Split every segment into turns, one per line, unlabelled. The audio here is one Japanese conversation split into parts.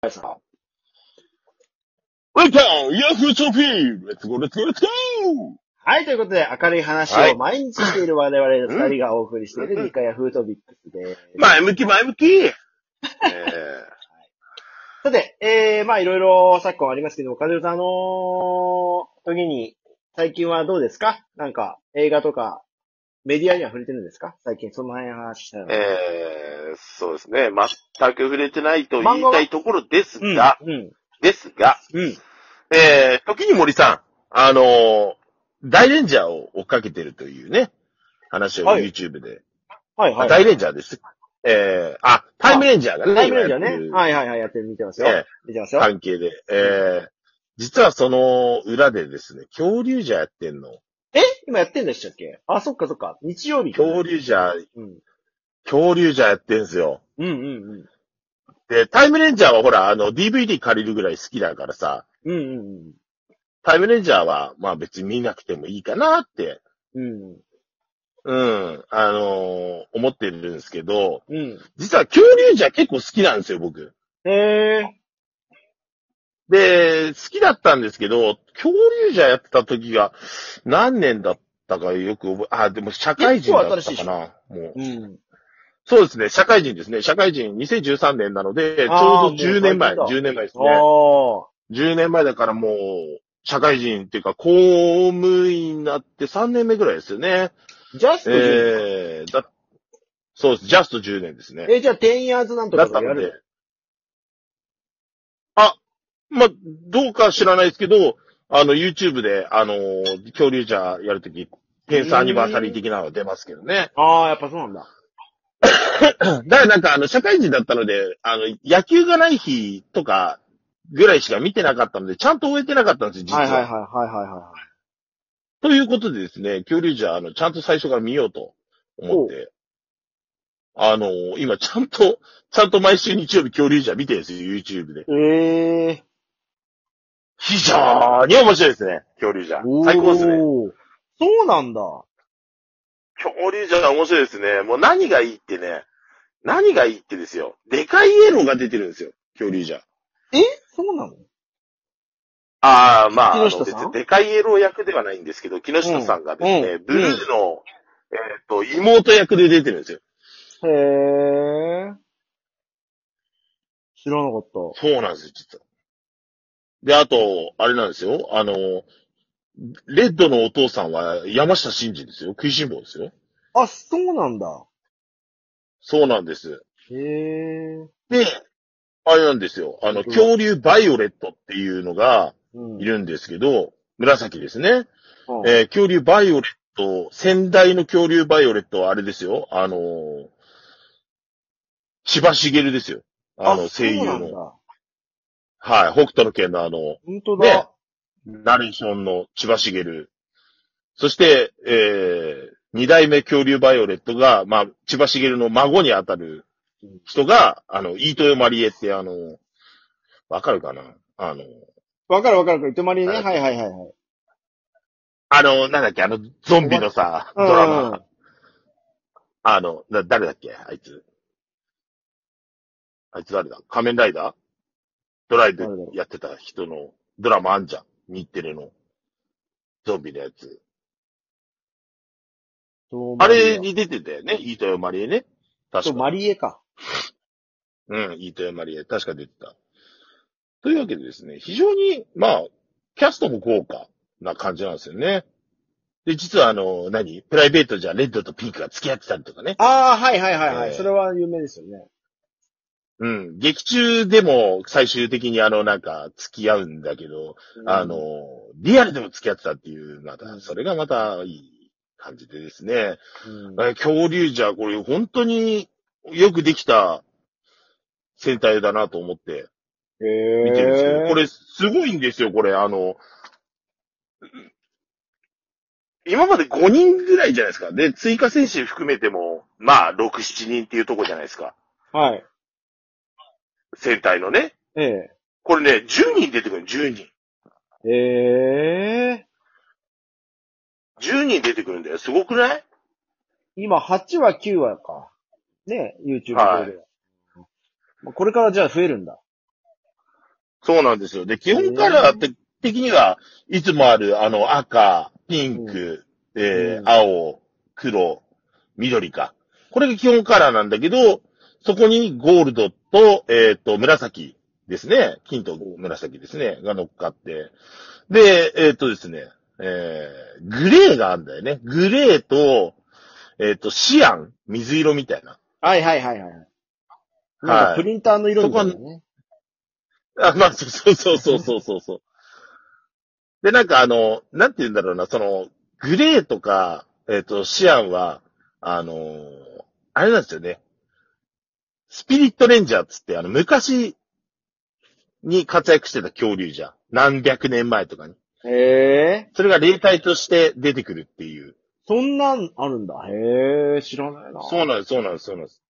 Welcome! Yahoo トピー !Let's go, let's go, let's go!
はい、ということで、明るい話
はい
を毎日している我々二人がお送りしている日課やフートビックスです。
前向き前向き、 えー、
さて、えー、まあいろいろ昨今ありますけど、岡田さん、あのー時に、最近はどうですかなんか、映画とか、メディアには触れてるんですか最近、その辺の話したの。
えー、そうですね。全く触れてないと言いたいところです
うん、
が、
うん、
ですが、
うん。
えー、時に森さん、あのー大レンジャーを追っかけてるというね、話を
はい
YouTube で。
はいは
あ
い。
大レンジャーです。えー、あ、タイムレンジャーがね、
タイムレンジャー
今やって
ね。
る
はいはいはい、やってる、見てますよ。
ええ
見てますよ。
関係で。えー、実はその裏でですね、恐竜じゃやってんの。
え今やってんでしたっけあ、そっかそっか。日曜日。
恐竜じゃ、
うん。
恐竜じゃやってんすよ。
うんうんうん。
で、タイムレンジャーはほら、あの、DVD 借りるぐらい好きだからさ、
うんうん
タイムレンジャーは、まあ別に見なくてもいいかなって、
うん。うん。
うん、あのー思ってるんですけど、
うん。
実は恐竜じゃ結構好きなんですよ、僕。
ええ
で、好きだったんですけど、恐竜じゃやってた時が、何年だったかよく覚え、あ、でも社会人だっ
結構新
た
しい
か
で
な。もう
うん。
そうですね、社会人ですね。社会人2013年なので、ち
あ
ょ
ー
うど10年前、
もう最
10年前ですね。
ああ。
10年前だからもう、社会人っていうか、公務員になって3年目ぐらいですよね。
ジャスト10
えー、だ、そうです、ジャスト10年ですね。
えじゃあ、10 years なんと
だ
か
っ
と
た
かや
ので
る。
あ、まあ、どうか知らないですけど、あの、YouTube で、あのー、恐竜じゃやるとき、検査アニバーサリー的なのが出ますけどね。
ああ、やっぱそうなんだ。
だからなんか、あの、社会人だったので、あの、野球がない日とか、ぐらいしか見てなかったので、ちゃんと終えてなかったんですよ、実は。
はいはいはいはいはいは
ということでですね、恐竜じゃ、あの、ちゃんと最初から見ようと思って、あの、今、ちゃんと、 ちゃんと毎週日曜日恐竜じゃ見てるんですよ、YouTube で。
い。ええ
非常に面白いですね、恐竜じゃ
ー。。
最高ですね。
おーそうなんだ。
恐竜じゃ面白いですね。もう何がいいってね、何がいいってですよ。でかいエロが出てるんですよ、恐竜じゃ。
えそうなの
ああ、まあ、あの
木下さん
別にでかいエロ役ではないんですけど、木下さんがですね、
うん
ブルーの、えっ、と、妹役で出てるんですよ。
へえ。知らなかった。
そうなんですよ、実は。で、あと、あれなんですよ、あの、レッドのお父さんは山下真司ですよ。食いしん坊ですよ。
あ、そうなんだ。
そうなんです。
へえ。
で、あれなんですよ。あの、
うん
恐竜バイオレットっていうのが
うん
いるんですけど、紫ですね。
うん
えー恐竜バイオレット、先代の恐竜バイオレットはあれですよ。あのー、千葉茂ですよ。あの、声優
そうなん
の。
だ。
はい。北斗の拳のあの、
本当だ。
ナレーションの千葉茂。そして、えー、二代目恐竜バイオレットが、まあ、千葉茂の孫にあたる人が、あの、飯豊まりえって、あの、わかるかなあの、
わかるわかるわかる。いとまりね。
は
はいいはいはいはい。
あの、なんだっけ、あの、ゾンビのさ、
う
ド
ん
ラマ。あの、な、誰だっけあいつ。あいつ誰だ仮面ライダードライブ
誰だろう
やってた人のドラマあんじゃん。日テレの。ゾンビのやつ。あれに出てたよね。飯豊まりえね。
と
確か。
マリエか。
うん、飯豊まりえ。確か出てた。というわけでですね、非常に、まあ、キャストも豪華な感じなんですよね。で、実はあの、何プライベートじゃレッドとピンクが付き合ってたりとかね。
ああ、はいはいはいは
えー
い。それは有名ですよね。
うん。劇中でも最終的にあの、なんか、付き合うんだけど、あの、リアルでも付き合ってたっていう、また、それがまたいい感じでですね。
うん、
えー恐竜じゃ、これ本当によくできた戦隊だなと思って
え
見てるんですけど、こ
れ、
れすごいんですよ、これ。あの、今まで5人ぐらいじゃないですか。で、追加選手含めても、まあ、6、7人っていうとこじゃないですか。
はい。
戦隊のね。
ええ
これね、10人出てくるの、10人。
ええ
10人出てくるんだよ。すごくない
今、8話、9話か。ね、YouTube 上では。
はい
まあこれからじゃあ増えるんだ。
そうなんですよ。で、基本カラーって的には、いつもある、あの、赤、ピンク、えー
うん
青、黒、緑か。これが基本カラーなんだけど、そこにゴールドと、えっ、と、紫ですね。金と紫ですね。が乗っかって。で、えっ、とですね、えー、グレーがあるんだよね。グレーと、えっ、と、シアン、水色みたいな。
はいはいはいはい。なんかプリンターの色みたいなね。
あ、まあ、そうそうそうそうそうそう。で、なんかあの、なんて言うんだろうな、その、グレーとか、えっ、と、シアンは、あのーあれなんですよね。スピリットレンジャーっつって、あの、昔に活躍してた恐竜じゃん。何百年前とかに。
へえ。
それが霊体として出てくるっていう。
そんなんあるんだ。へえ、知らないな。
そうなんです、そうなんです、そうなんです。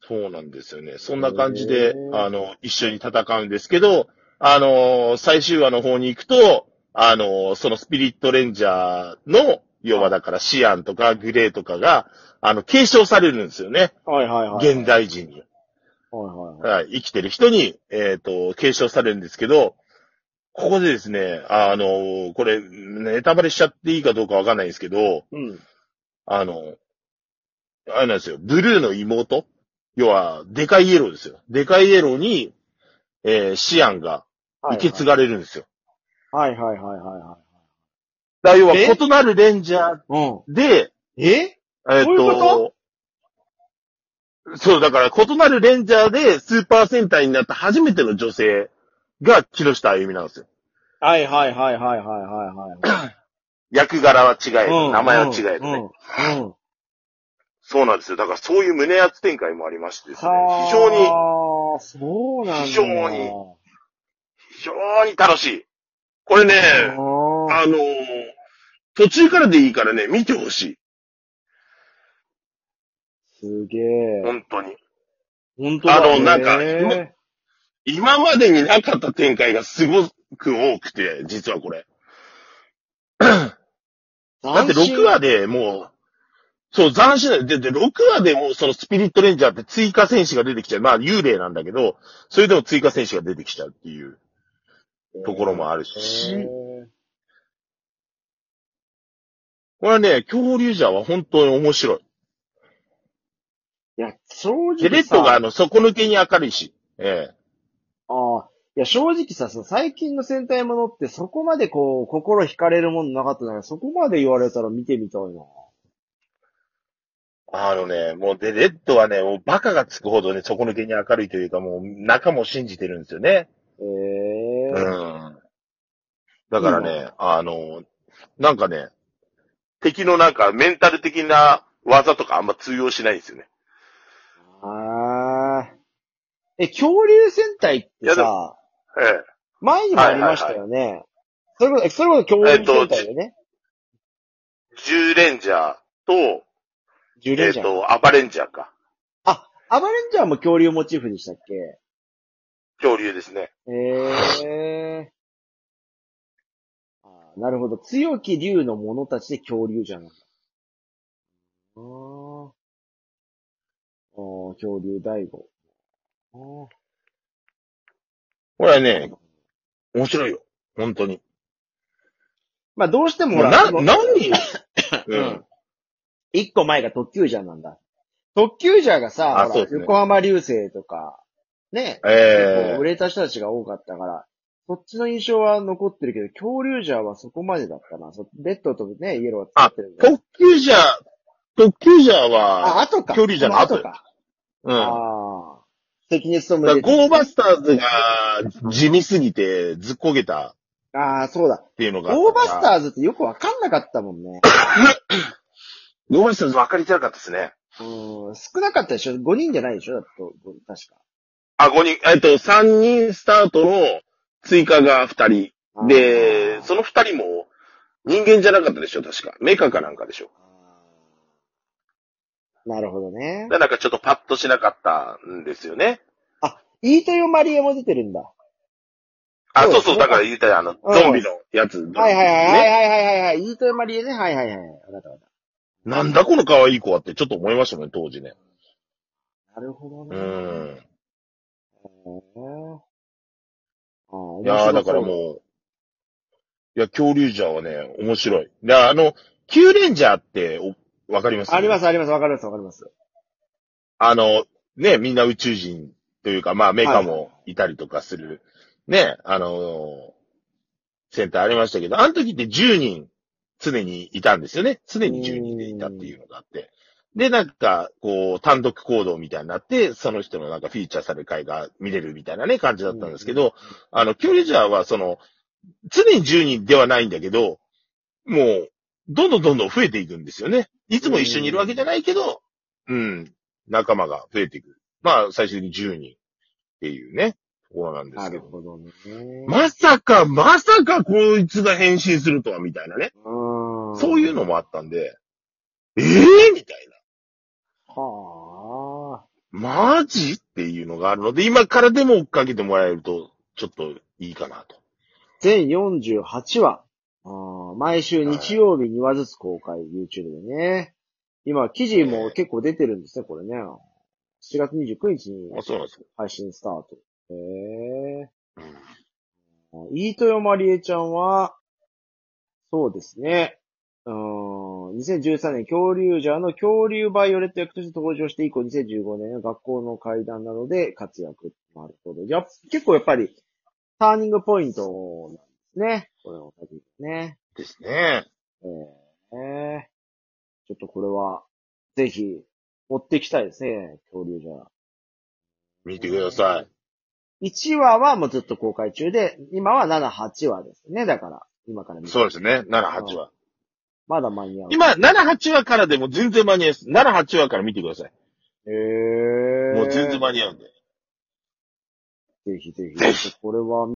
そうなんですよね。そんな感じ
へ
で、
ー
あの、一緒に戦うんですけど、あのー最終話の方に行くと、あのーそのスピリットレンジャーの、要はだからシアンとかグレーとかが、あの、継承されるんですよね。
はいはいはい。
現。代人
は
に。
いはいはい。
はい、生きてる人に、えっ、と、継承されるんですけど、ここでですね、あのーこれ、ネタバレしちゃっていいかどうかわかんないんですけど、
うん。
あの、あれなんですよ、ブルーの妹要は、デカイエローですよ。デカイエローに、えーシアンが
はいはい
受け継がれるんですよ。
はいはいはいは
だから
え
要は、異なるレンジャー
いはい。
で、
うん。え
えっ、、
そういうこと
そう、だから、異なるレンジャーでスーパー戦隊になった初めての女性が木下あゆみなんですよ。
はいはいはいはいはいはいはい。
役柄は違えど、
うん
名前は違えど
うん
ね。
うん。うん
そうなんですよ。だから、そういう胸圧展開もありましてですね、
はあ
非常に、
そうなんだ。
非常に非常に楽しい。これね、
あー
あのー途中からでいいからね、見てほしい。
すげえ。
本当に。
本当だ
あのなんか
へえ
今までになかった展開がすごく多くて、実はこれ。だって
斬新
6話でもう、そう、斬新だよ。で、で、6話でもうそのスピリットレンジャーって追加戦士が出てきちゃう。まあ幽霊なんだけど、それでも追加戦士が出てきちゃうっていうところもあるし、
へえ
これはね、恐竜ジャーは本当に面白い。
いや、正
で、
直
レッドがあ
さ、
の、底抜けに明るいし、ええ。
あーいや、正直さ、その最近の戦隊ものってそこまでこう、心惹かれるものなかったから、そこまで言われたら見てみたいな。
あのね、もうで、レッドはね、もうバカがつくほどね、底抜けに明るいというか、もう仲も信じてるんですよね。
え
う
え
ん。だからね、
いい
あの、なんかね、敵のなんかメンタル的な技とかあんま通用しないんですよね。
ああ。え、恐竜戦隊っ
い
て
やで
さ、
ええ。
前にもありましたよね。それこそ、それこそ恐竜戦隊でね。
10レンジャーと、
ジュ
え
レ
っ、
ンジャー。
と、アバレンジャーか。
アバレンジャーも恐竜モチーフでしたっけ
恐竜ですね。
へえ。あーなるほど。強き竜の者たちで恐竜じゃない。あーあー。恐竜大悟。あ
これは
ー
ね、面白いよ。本当に。
まあどうしても
も
ほ
う
ら、
な、
その
何う
うん
ん。
一個前が特急ジャーなんだ。特急ジャーがさ、
あ
ほら
そうですね
横浜流星とか、ね、
ええ
売れた人たちが多かったから、そっちの印象は残ってるけど、恐竜ジャーはそこまでだったな。そレッドとね、イエローは使ってるんだよ
特急ジャー、特急ジャーは、
あ、後か。
距離じゃない
あとか。
うん。
ああ。関根勤
だか
め
ら
で。
ゴーバスターズが地味すぎてずっこけた
ああ、そうだ。
っていうのが。
ゴーバスタ
ー
ーズってよくわかんなかったもんね。
ゴーバスターズ分かりづらかったですね。
うん。少なかったでしょ ?5 人じゃないでしょだと、ご確か。
あ、5人、えっと、3人スタートの追加が2人。で、そ
の、
の2人も人間じゃなかったでしょ確か。メカかなんかでしょ。
なるほどね
だか。らなんかちょっとパッとしなかったんですよね。
イートヨマリエも出てるんだ。は
あ、
そう
そうそう、だから言ったよ、あの、
うん
ゾンビのやつ。
いはいはいは
ね
いはいはいはい。イートヨマリエね。はいはいはい。わかったわかっ
なんだこの可愛い子はってちょっと思いましたね、当時ね。
た。なるほど
う
ね。
ん。
うんああ、面白
いや
そ
ー、
う
だからもう、いや、恐竜ジャーはね、面白い。で、あの、キューレンジャーって、おわかります。
ありますす、あります、わかります、わかります。
あの、ね、みんな宇宙人というか、まあ、メカもいたりとかする、ね、あのーセンターありましたけど、あの時って10人、常にいたんですよね。常に10人でいたっていうのがあって。で、なんか、こう、単独行動みたいになって、その人のなんかフィーチャーされる回が見れるみたいなね、感じだったんですけど、あの、キューレジャーは、その、常に10人ではないんだけど、もう、どんどんどんどん増えていくんですよね。いつも一緒にいるわけじゃないけど、うん、仲間が増えていく。まあ、最終的に10人っていうね、ところなんです
な
け
る
ど。
ほどね。
まさか、まさかこいつが変身するとは、みたいなね。
うん
そういうのもあったんで、ええー、みたいな。
はあ。
マジっていうのがあるので、今からでも追っかけてもらえると、ちょっといいかなと。
全48話。あー毎週日曜日2話ずつ公開、YouTube でね。今、記事も結構出てるんですね、これね。7月29日に
あ、そうなんですよ。
配信スタート。へえ。
うん
イートヨマリエちゃんは、そうですね。うーん、2013年恐竜ジャーの恐竜バイオレット役として登場して以降、2015年学校の階段などで活躍。なるほど。やっ結構やっぱり、ターニングポイントなんですね。これもね。
ですね。
えー、ちょっとこれは、ぜひ、追ってきたいですね、恐竜ジャー。
見てください。
1話はもうずっと公開中で、今は7、8話ですね。だから、今から見る
そうですね。7、8話。
まだ間に合う。
今、7、8話からでも全然間に合います。7、8話から見てください。
へえ
もう全然間に合うんで。
ぜひぜひ。
ぜひ
これは